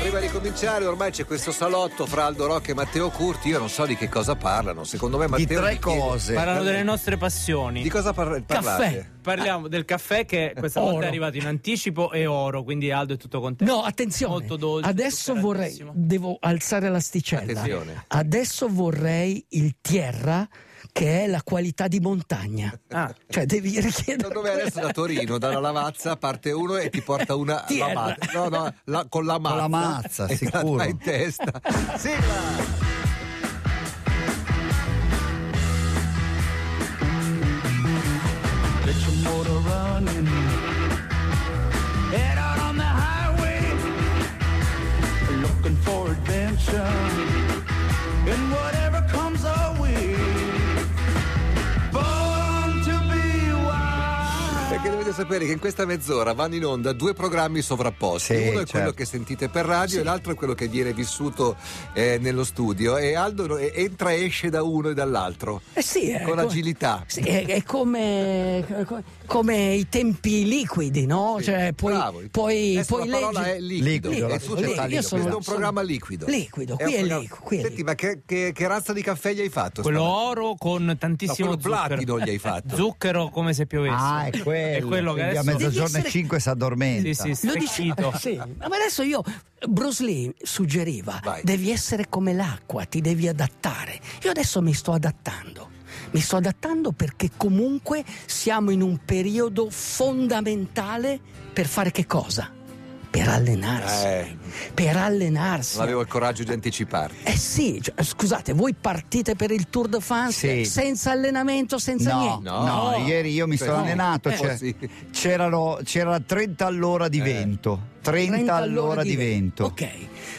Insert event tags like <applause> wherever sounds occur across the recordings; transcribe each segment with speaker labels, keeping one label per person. Speaker 1: prima di cominciare, ormai c'è questo salotto fra Aldo Rocca e Matteo Curti. Io non so di che cosa parlano. Secondo me,
Speaker 2: Di
Speaker 1: Matteo.
Speaker 2: tre
Speaker 1: chiede-
Speaker 2: cose.
Speaker 3: Parlano delle
Speaker 1: Vabbè.
Speaker 3: nostre passioni.
Speaker 1: Di cosa par- parlate?
Speaker 4: Caffè.
Speaker 3: Parliamo del caffè che questa volta
Speaker 4: Oro.
Speaker 3: è arrivato in anticipo e oro, quindi Aldo è tutto contento.
Speaker 4: No, attenzione.
Speaker 3: Molto dolce,
Speaker 4: Adesso vorrei
Speaker 3: zuccheratissimo.
Speaker 4: devo alzare l'asticella.
Speaker 1: Attenzione.
Speaker 4: Adesso vorrei il tierra che è la qualità di montagna.
Speaker 1: <laughs>
Speaker 3: Ah.
Speaker 4: Cioè devi richiedere
Speaker 1: Secondo me adesso da Torino, dalla Lavazza, parte uno e ti porta una
Speaker 4: Tierra.
Speaker 1: lavata. No, no, la- con la mazza.
Speaker 2: Con
Speaker 1: <laughs>
Speaker 2: la
Speaker 1: E
Speaker 2: mazza,
Speaker 1: te la
Speaker 2: sicuro.
Speaker 1: dai in testa. Sigla!
Speaker 5: Let your motor running. Head out on the highway, looking for adventure. And whatever comes our way, born to be wild.
Speaker 1: Perché dovete sapere che in questa mezz'ora vanno in onda due programmi sovrapposti.
Speaker 2: Sì,
Speaker 1: Uno è
Speaker 2: certo.
Speaker 1: quello che sentite per radio e l'altro è quello che viene vissuto eh, nello studio. E Aldo no- e- entra e esce da uno e dall'alro.
Speaker 4: Eh sì, è
Speaker 1: Con
Speaker 4: come-
Speaker 1: agilità.
Speaker 4: Sì, è, è come, co- come i tempi liquidi, no?
Speaker 1: Sì,
Speaker 4: Cioè, puoi,
Speaker 1: bravo.
Speaker 4: puoi-
Speaker 1: Adesso
Speaker 4: puoi
Speaker 1: la parola
Speaker 4: leggere-
Speaker 1: è liquido,
Speaker 2: Liquido,
Speaker 1: è
Speaker 2: la
Speaker 1: tutto
Speaker 2: società
Speaker 1: liquido.
Speaker 2: liquida. Io sono-
Speaker 1: questo è un
Speaker 4: sono-
Speaker 1: programma liquido
Speaker 4: liquido, qui
Speaker 1: un
Speaker 4: è
Speaker 1: programma-
Speaker 4: liquido, qui è
Speaker 1: senti ma che, che- che razza di caffè gli hai fatto
Speaker 3: Quello
Speaker 1: stamattina?
Speaker 3: oro con tantissimo
Speaker 1: No, quello
Speaker 3: zucchero.
Speaker 1: platino gli hai
Speaker 3: <laughs>
Speaker 1: fatto.
Speaker 3: Zucchero come se piovesse.
Speaker 2: Ah, è quello.
Speaker 3: È quello che
Speaker 2: Quindi
Speaker 3: adesso...
Speaker 2: a mezzogiorno
Speaker 4: Devi
Speaker 2: e 5 si addormenta.
Speaker 3: Sì, sì,
Speaker 4: Lo dice,
Speaker 3: stecchito.
Speaker 4: <laughs> sì. No, ma adesso io Bruce Lee suggeriva
Speaker 1: Vai.
Speaker 4: devi essere come l'acqua, ti devi adattare. Io adesso mi sto adattando. Mi sto adattando perché comunque siamo in un periodo fondamentale per fare che cosa? Per allenarsi.
Speaker 1: Eh.
Speaker 4: Per allenarsi.
Speaker 1: non avevo il coraggio di anticiparti
Speaker 4: Eh sì, cioè, scusate, voi partite per il Tour de France
Speaker 2: Sì.
Speaker 4: senza allenamento, senza
Speaker 2: No,
Speaker 4: niente.
Speaker 1: No.
Speaker 2: no, ieri io mi
Speaker 1: Cioè,
Speaker 2: sono
Speaker 1: no.
Speaker 2: allenato.
Speaker 1: Eh.
Speaker 2: cioè,
Speaker 1: Sì.
Speaker 2: c'erano- c'era 30 all'ora di
Speaker 1: Eh.
Speaker 2: vento. 30, all'ora di vento.
Speaker 4: Ok,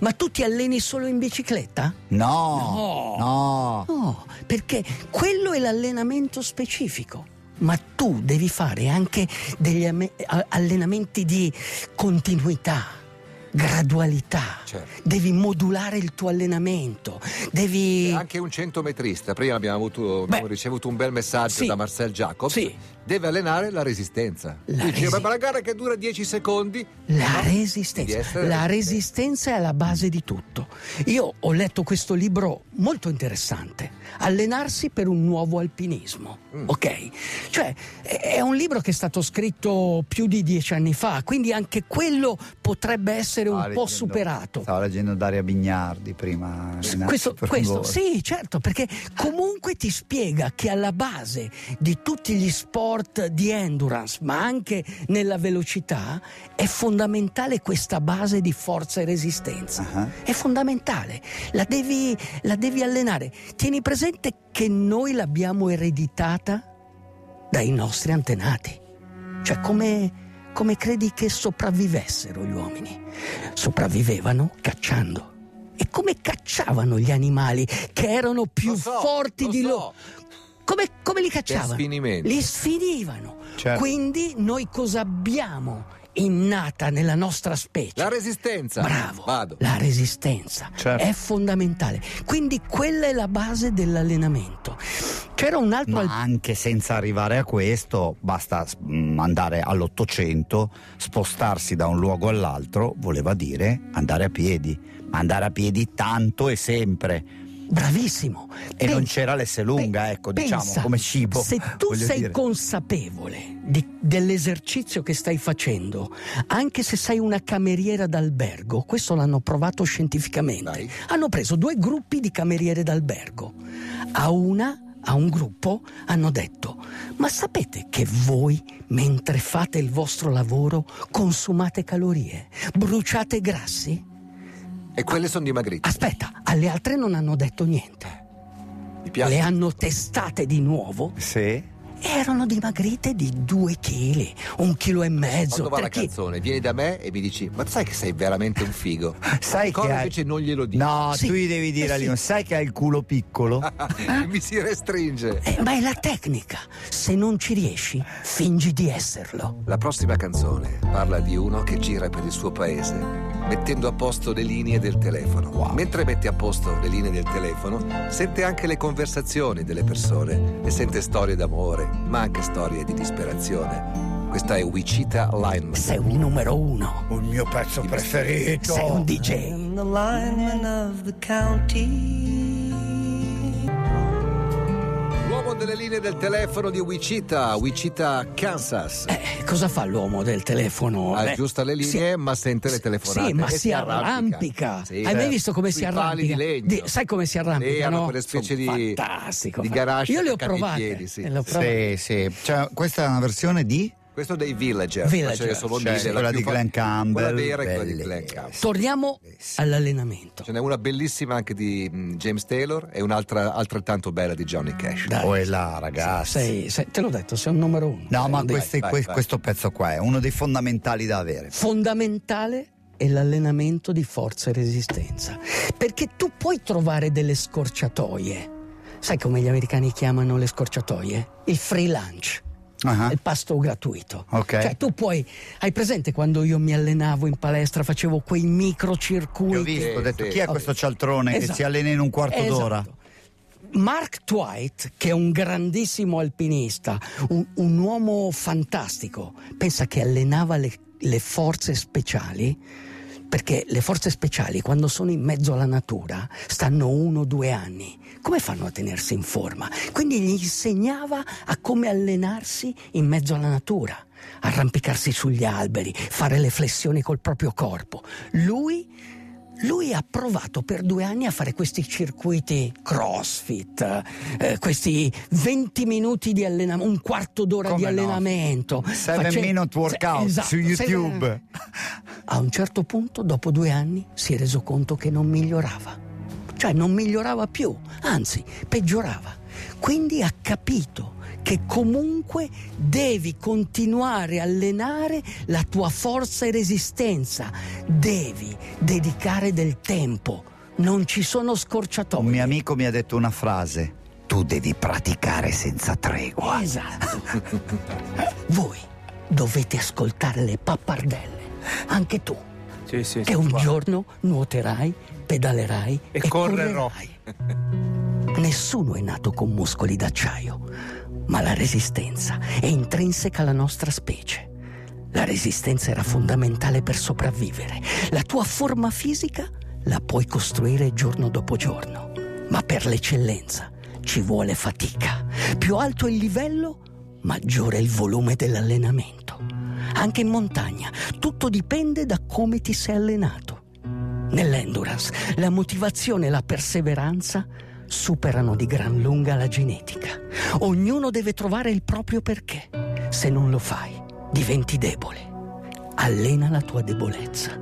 Speaker 4: ma tu ti alleni solo in bicicletta? Oh.
Speaker 2: No,
Speaker 4: No.
Speaker 2: no.
Speaker 4: No, perché quello è l'allenamento specifico. Ma tu devi fare anche degli ame- a- allenamenti di continuità, gradualità.
Speaker 1: Certo.
Speaker 4: Devi modulare il tuo allenamento, devi...
Speaker 1: E anche un centometrista prima abbiamo, avuto- abbiamo
Speaker 4: Beh.
Speaker 1: ricevuto un bel messaggio
Speaker 4: Sì.
Speaker 1: da Marcel Jacobs
Speaker 4: Sì.
Speaker 1: deve allenare la resistenza
Speaker 4: La
Speaker 1: Dice,
Speaker 4: resi-
Speaker 1: "Ma la gara che dura 10 secondi eh,
Speaker 4: La
Speaker 1: no, devi
Speaker 4: resistenza.
Speaker 1: essere
Speaker 4: La
Speaker 1: resistente.
Speaker 4: resistenza è alla base di tutto. Io ho letto questo libro molto interessante, Allenarsi per un nuovo alpinismo.
Speaker 1: Mm.
Speaker 4: Ok? Cioè, è è un libro che è stato scritto più di dieci anni fa, quindi anche quello potrebbe essere un
Speaker 1: Ah,
Speaker 2: Stava
Speaker 4: po'
Speaker 2: leggendo-
Speaker 4: superato.
Speaker 2: Stavo leggendo Daria Bignardi prima.
Speaker 4: S-
Speaker 2: Renato,
Speaker 4: Questo,
Speaker 2: per
Speaker 4: questo,
Speaker 2: favore.
Speaker 4: sì, certo, perché comunque ti spiega che alla base di tutti gli sport di endurance, ma anche nella velocità, è fondamentale questa base di forza e resistenza.
Speaker 2: Ah.
Speaker 4: È fondamentale, la devi, la devi allenare. Tieni presente che noi l'abbiamo ereditata dai nostri antenati. Cioè, come, come credi che sopravvivessero gli uomini? Sopravvivevano cacciando. E come cacciavano gli animali che erano più
Speaker 1: Lo so,
Speaker 4: forti
Speaker 1: lo
Speaker 4: di
Speaker 1: so.
Speaker 4: loro? Come, come li cacciavano?
Speaker 1: sfinimento.
Speaker 4: Li sfinivano.
Speaker 2: Certo.
Speaker 4: Quindi noi cosa abbiamo innata nella nostra specie?
Speaker 1: la resistenza
Speaker 4: Bravo,
Speaker 1: vado
Speaker 4: la resistenza
Speaker 2: Certo.
Speaker 4: è fondamentale. Quindi quella è la base dell'allenamento. C'era un altro... al-
Speaker 2: Ma anche senza arrivare a questo, basta mm, andare all'Ottocento, spostarsi da un luogo all'altro, voleva dire andare a piedi, ma andare a piedi tanto e sempre.
Speaker 4: Bravissimo.
Speaker 2: E non c'era l'esse lunga,
Speaker 4: pe-
Speaker 2: ecco, diciamo, come cibo,
Speaker 4: Se tu
Speaker 2: voglio
Speaker 4: sei
Speaker 2: dire.
Speaker 4: consapevole di- dell'esercizio che stai facendo, anche se sei una cameriera d'albergo, questo l'hanno provato scientificamente.
Speaker 1: Dai.
Speaker 4: Hanno preso due gruppi di cameriere d'albergo. A una a un gruppo hanno detto, ma sapete che voi, mentre fate il vostro lavoro, consumate calorie, bruciate grassi?
Speaker 1: e quelle sono dimagrite
Speaker 4: Aspetta, alle altre non hanno detto niente.
Speaker 1: mi piace
Speaker 4: Ah, Le hanno testate di nuovo
Speaker 2: Sì.
Speaker 4: e erano dimagrite di 2 kg, un chilo e mezzo.
Speaker 1: Quando va
Speaker 4: tre
Speaker 1: la
Speaker 4: chili.
Speaker 1: canzone, vieni da me e mi dici: Ma sai che sei veramente un figo?
Speaker 2: <laughs> Sai
Speaker 1: Cosa
Speaker 2: che hai-
Speaker 1: invece non glielo dico.
Speaker 2: No,
Speaker 4: Sì.
Speaker 2: tu gli devi dire a
Speaker 4: Eh sì.
Speaker 2: Lino, sai che hai il culo
Speaker 1: <laughs>
Speaker 2: piccolo?
Speaker 1: Ah, mi si restringe.
Speaker 4: Eh, ma è la tecnica. Se non ci riesci, fingi di esserlo.
Speaker 1: La prossima canzone parla di uno che gira per il suo paese mettendo a posto le linee del telefono. Mentre mette a posto le linee del telefono, sente anche le conversazioni delle persone e sente storie d'amore, ma anche storie di disperazione. Questa è Wichita Lineman.
Speaker 4: Sei un numero uno.
Speaker 2: Un mio pezzo preferito.
Speaker 4: Sei un DJ.
Speaker 6: I'm the lineman of the county.
Speaker 1: L'uomo delle linee del telefono di Wichita, Wichita, Kansas.
Speaker 4: Eh, cosa fa l'uomo del telefono? Beh,
Speaker 1: Aggiusta le linee, ma sente le telefonate.
Speaker 4: Sì, ma
Speaker 1: e
Speaker 4: si arrampica.
Speaker 1: Sì,
Speaker 4: Hai mai
Speaker 1: certo.
Speaker 4: visto come
Speaker 1: Sui
Speaker 4: si
Speaker 1: pali Di
Speaker 4: arrampica?
Speaker 1: legno.
Speaker 4: Di- sai come si arrampica?
Speaker 1: Sì, hanno
Speaker 4: no?
Speaker 1: quelle specie
Speaker 4: Sono
Speaker 1: di-
Speaker 4: fantastico,
Speaker 1: di
Speaker 4: fa-
Speaker 1: garage
Speaker 4: Io le ho
Speaker 1: attaccati ai
Speaker 4: provate.
Speaker 1: piedi, sì.
Speaker 4: eh, le ho provate.
Speaker 2: Sì, sì. Cioè, questa è una versione di
Speaker 1: Questo dei Villager. ma
Speaker 4: Villager,
Speaker 1: ce ne sono
Speaker 2: cioè,
Speaker 1: mille, la
Speaker 2: quella
Speaker 1: più
Speaker 2: di
Speaker 1: fa-
Speaker 2: Glenn
Speaker 1: Quella
Speaker 2: Campbell,
Speaker 1: vera e quella di
Speaker 2: belle.
Speaker 1: Glenn Campbell.
Speaker 4: Torniamo all'allenamento.
Speaker 1: Ce n'è una bellissima anche di mh, James Taylor e un'altra altrettanto bella di Johnny
Speaker 4: <laughs>
Speaker 1: Cash.
Speaker 4: Dai.
Speaker 2: Oh, è là, ragazzi.
Speaker 4: Sei- sei- te l'ho detto, sei un numero uno.
Speaker 2: No,
Speaker 4: Sei
Speaker 2: ma
Speaker 4: un dei-
Speaker 2: questi-
Speaker 1: vai,
Speaker 2: que-
Speaker 1: vai.
Speaker 2: questo pezzo qua è uno dei fondamentali da avere.
Speaker 4: Eh, fondamentale è l'allenamento di forza e resistenza, perché tu puoi trovare delle scorciatoie. Sai come gli americani chiamano le scorciatoie? Il free lunch,
Speaker 2: Ah,
Speaker 4: il pasto gratuito.
Speaker 2: Ok.
Speaker 4: Cioè tu puoi hai presente quando io mi allenavo in palestra, facevo quei
Speaker 2: Io
Speaker 4: microcircuiti
Speaker 2: ho visto, ho detto
Speaker 1: sì.
Speaker 2: chi è questo cialtrone che
Speaker 4: Esatto.
Speaker 2: si allena in un quarto
Speaker 4: Esatto.
Speaker 2: d'ora?
Speaker 4: Mark Twight, che è un grandissimo alpinista, un, un uomo fantastico, pensa che allenava le, le forze speciali, perché le forze speciali quando sono in mezzo alla natura stanno uno o due anni. Come fanno a tenersi in forma? Quindi gli insegnava a come allenarsi in mezzo alla natura, arrampicarsi sugli alberi, fare le flessioni col proprio corpo. Lui lui ha provato per due anni a fare questi circuiti crossfit, eh, questi 20 minuti di allenamento, un quarto d'ora
Speaker 2: Come
Speaker 4: di
Speaker 2: no?
Speaker 4: allenamento.
Speaker 2: 7
Speaker 4: Face-
Speaker 2: minute workout
Speaker 4: Se- esatto,
Speaker 2: su
Speaker 4: seven-
Speaker 2: YouTube.
Speaker 4: A un certo punto, dopo due anni, si è reso conto che non migliorava. Cioè non migliorava più, anzi peggiorava. Quindi ha capito che comunque devi continuare a allenare la tua forza e resistenza, devi dedicare del tempo, non ci sono
Speaker 2: Un
Speaker 4: scorciatoie.
Speaker 2: mio amico mi ha detto una frase. Tu devi praticare senza tregua.
Speaker 4: Esatto. <laughs> Voi dovete ascoltare le pappardelle, anche tu,
Speaker 3: Sì, sì,
Speaker 4: che un giorno nuoterai, pedalerai
Speaker 3: E
Speaker 4: e,
Speaker 3: correrò.
Speaker 4: correrai. Nessuno è nato con muscoli d'acciaio, ma la resistenza è intrinseca alla nostra specie. La resistenza era fondamentale per sopravvivere. La tua forma fisica la puoi costruire giorno dopo giorno, ma per l'eccellenza ci vuole fatica. Più alto è il livello, maggiore è il volume dell'allenamento. Anche in montagna tutto dipende da come ti sei allenato. Nell'endurance la motivazione e la perseveranza superano di gran lunga la genetica. Ognuno deve trovare il proprio perché. Se non lo fai, diventi debole. Allena la tua debolezza.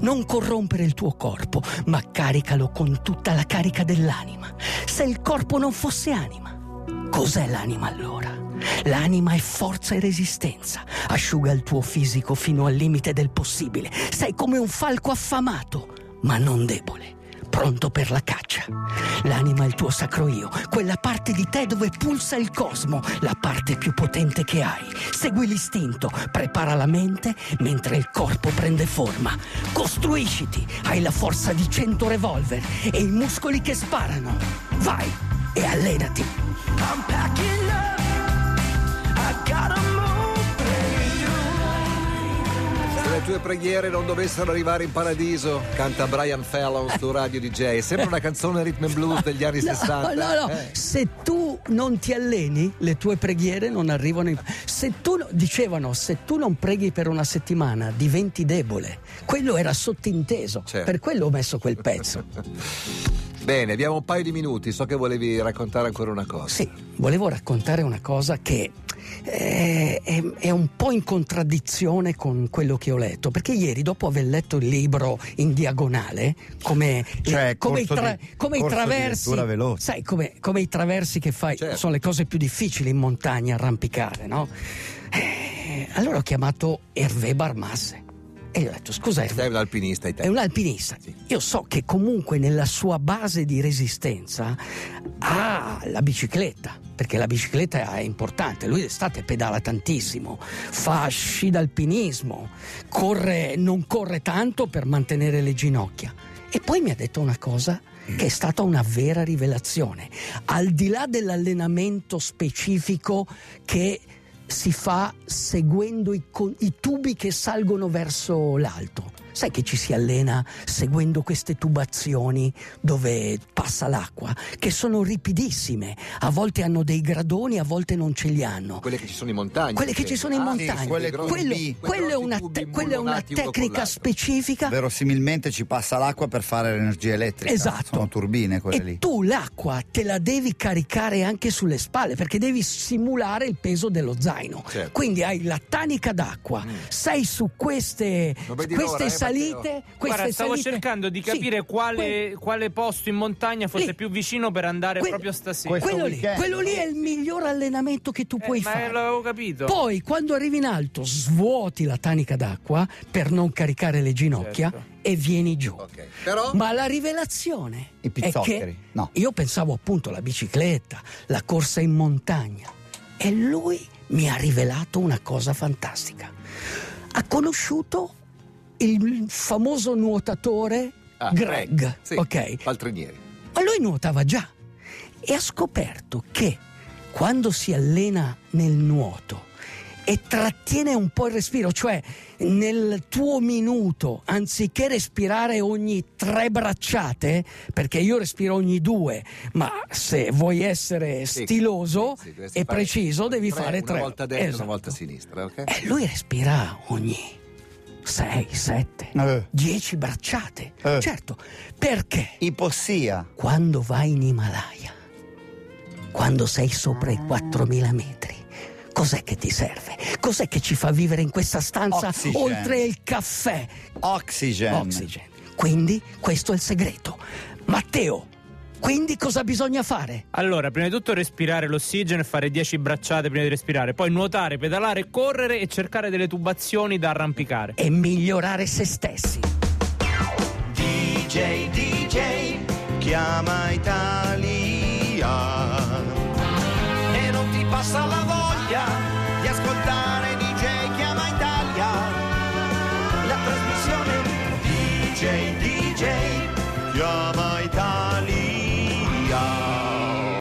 Speaker 4: Non corrompere il tuo corpo, ma caricalo con tutta la carica dell'anima. Se il corpo non fosse anima, cos'è l'anima allora? L'anima è forza e resistenza. Asciuga il tuo fisico fino al limite del possibile. Sei come un falco affamato, ma non debole. Pronto per la caccia. L'anima è il tuo sacro io, quella parte di te dove pulsa il cosmo, la parte più potente che hai. Segui l'istinto, prepara la mente mentre il corpo prende forma. Costruisciti, hai la forza di cento revolver e i muscoli che sparano. Vai e allenati.
Speaker 5: I'm packing up. I gotta move.
Speaker 1: Se le tue preghiere non dovessero arrivare in paradiso, canta Brian Fallon
Speaker 4: <laughs>
Speaker 1: su Radio DJ. Sembra una canzone rhythm and blues degli anni 60.
Speaker 4: No, no,
Speaker 1: eh.
Speaker 4: se tu non ti alleni, le tue preghiere non arrivano in... Se tu, no- dicevano, se tu non preghi per una settimana diventi debole. Quello era sottinteso,
Speaker 1: Certo.
Speaker 4: per quello ho messo quel pezzo.
Speaker 1: Bene, abbiamo un paio di minuti. So che volevi raccontare ancora una cosa.
Speaker 4: Sì, volevo raccontare una cosa che eh, è, è un po' in contraddizione con quello che ho letto, perché ieri dopo aver letto il libro in diagonale, come,
Speaker 2: Cioè,
Speaker 4: come i,
Speaker 2: corso
Speaker 4: tra-
Speaker 2: di-
Speaker 4: come i
Speaker 2: corso di
Speaker 4: traversi,
Speaker 2: lettura veloce.
Speaker 4: sai, come, come i traversi che fai,
Speaker 1: Certo.
Speaker 4: sono le cose più difficili in montagna arrampicare, no? Eh, allora ho chiamato Hervé Barmasse e gli ho detto, scusa Hervé,
Speaker 1: Sei un alpinista,
Speaker 4: è un alpinista.
Speaker 1: Sì.
Speaker 4: Io so che comunque nella sua base di resistenza ha la bicicletta, perché la bicicletta è importante. Lui d'estate pedala tantissimo, fa sci d'alpinismo, corre- non corre tanto per mantenere le ginocchia. E poi mi ha detto una cosa che è stata una vera rivelazione. Al di là dell'allenamento specifico che si fa seguendo i, con- i tubi che salgono verso l'alto. Sai che ci si allena seguendo queste tubazioni dove passa l'acqua, che sono ripidissime, a volte hanno dei gradoni, a volte non ce li hanno.
Speaker 1: Quelle che ci sono in montagna.
Speaker 4: Quelle che ci sono in
Speaker 1: Ah, sì,
Speaker 4: montagna,
Speaker 1: quelle
Speaker 4: Quello-
Speaker 1: grossi-
Speaker 4: quello-
Speaker 1: quei
Speaker 4: quella è
Speaker 1: grossi
Speaker 4: una,
Speaker 1: tubi
Speaker 4: te- quella è una
Speaker 1: imbullonati uno con
Speaker 4: tecnica
Speaker 1: l'altro.
Speaker 4: specifica
Speaker 2: Verosimilmente ci passa l'acqua per fare l'energia elettrica.
Speaker 4: Esatto.
Speaker 2: Sono turbine quelle
Speaker 4: e
Speaker 2: lì.
Speaker 4: tu l'acqua te la devi caricare anche sulle spalle perché devi simulare il peso dello zaino.
Speaker 1: Certo.
Speaker 4: Quindi hai la tanica d'acqua,
Speaker 1: Mm.
Speaker 4: sei su queste,
Speaker 1: Non vedi
Speaker 4: queste
Speaker 1: l'ora, eh,
Speaker 4: salite.
Speaker 1: Matteo.
Speaker 4: queste
Speaker 3: Guarda, stavo
Speaker 4: salite-
Speaker 3: cercando di
Speaker 4: Sì,
Speaker 3: capire quale, quale posto in montagna fosse
Speaker 4: Lì.
Speaker 3: più vicino per andare
Speaker 4: Que-
Speaker 3: proprio stasera.
Speaker 4: quel-
Speaker 2: Questo
Speaker 4: quello, lì,
Speaker 2: weekend,
Speaker 4: quello lì è il miglior allenamento che tu
Speaker 3: Eh,
Speaker 4: puoi
Speaker 3: ma
Speaker 4: fare.
Speaker 3: l'avevo capito.
Speaker 4: Poi quando arrivi in alto svuoti la tanica d'acqua per non caricare le ginocchia
Speaker 3: Certo.
Speaker 4: e vieni giù.
Speaker 1: Ok. Però
Speaker 4: Ma la rivelazione
Speaker 2: I
Speaker 4: è
Speaker 2: pizzoccheri.
Speaker 4: che
Speaker 2: No.
Speaker 4: io pensavo appunto alla bicicletta, la corsa in montagna e lui mi ha rivelato una cosa fantastica. Ha conosciuto il famoso nuotatore
Speaker 1: Ah,
Speaker 4: Greg,
Speaker 1: sì,
Speaker 4: ok?
Speaker 1: Paltrinieri.
Speaker 4: Ma lui nuotava già e ha scoperto che quando si allena nel nuoto e trattiene un po' il respiro, cioè nel tuo minuto, anziché respirare ogni tre bracciate, perché io respiro ogni due, ma se vuoi essere
Speaker 1: Sì,
Speaker 4: stiloso
Speaker 1: sì, sì, dovresti
Speaker 4: e
Speaker 1: fare
Speaker 4: preciso devi fare tre.
Speaker 1: Una volta a destra,
Speaker 4: Esatto.
Speaker 1: una volta a sinistra, ok?
Speaker 4: E lui respira ogni 6, 7,
Speaker 2: Eh.
Speaker 4: 10 bracciate.
Speaker 2: Eh.
Speaker 4: Certo, perché?
Speaker 2: Ipossia.
Speaker 4: quando vai in Himalaya, quando sei sopra i 4000 metri, cos'è che ti serve? Cos'è che ci fa vivere in questa stanza
Speaker 2: Oxygen.
Speaker 4: oltre il caffè?
Speaker 2: Oxygen.
Speaker 4: Oxygen. Quindi questo è il segreto. Matteo, quindi cosa bisogna fare?
Speaker 3: Allora, prima di tutto respirare l'ossigeno e fare 10 bracciate prima di respirare, poi nuotare, pedalare, correre e cercare delle tubazioni da arrampicare.
Speaker 4: E migliorare se stessi.
Speaker 5: DJ, DJ, chiama Italia. E non ti passa la voglia di ascoltare DJ, chiama Italia. La trasmissione DJ, DJ, chiama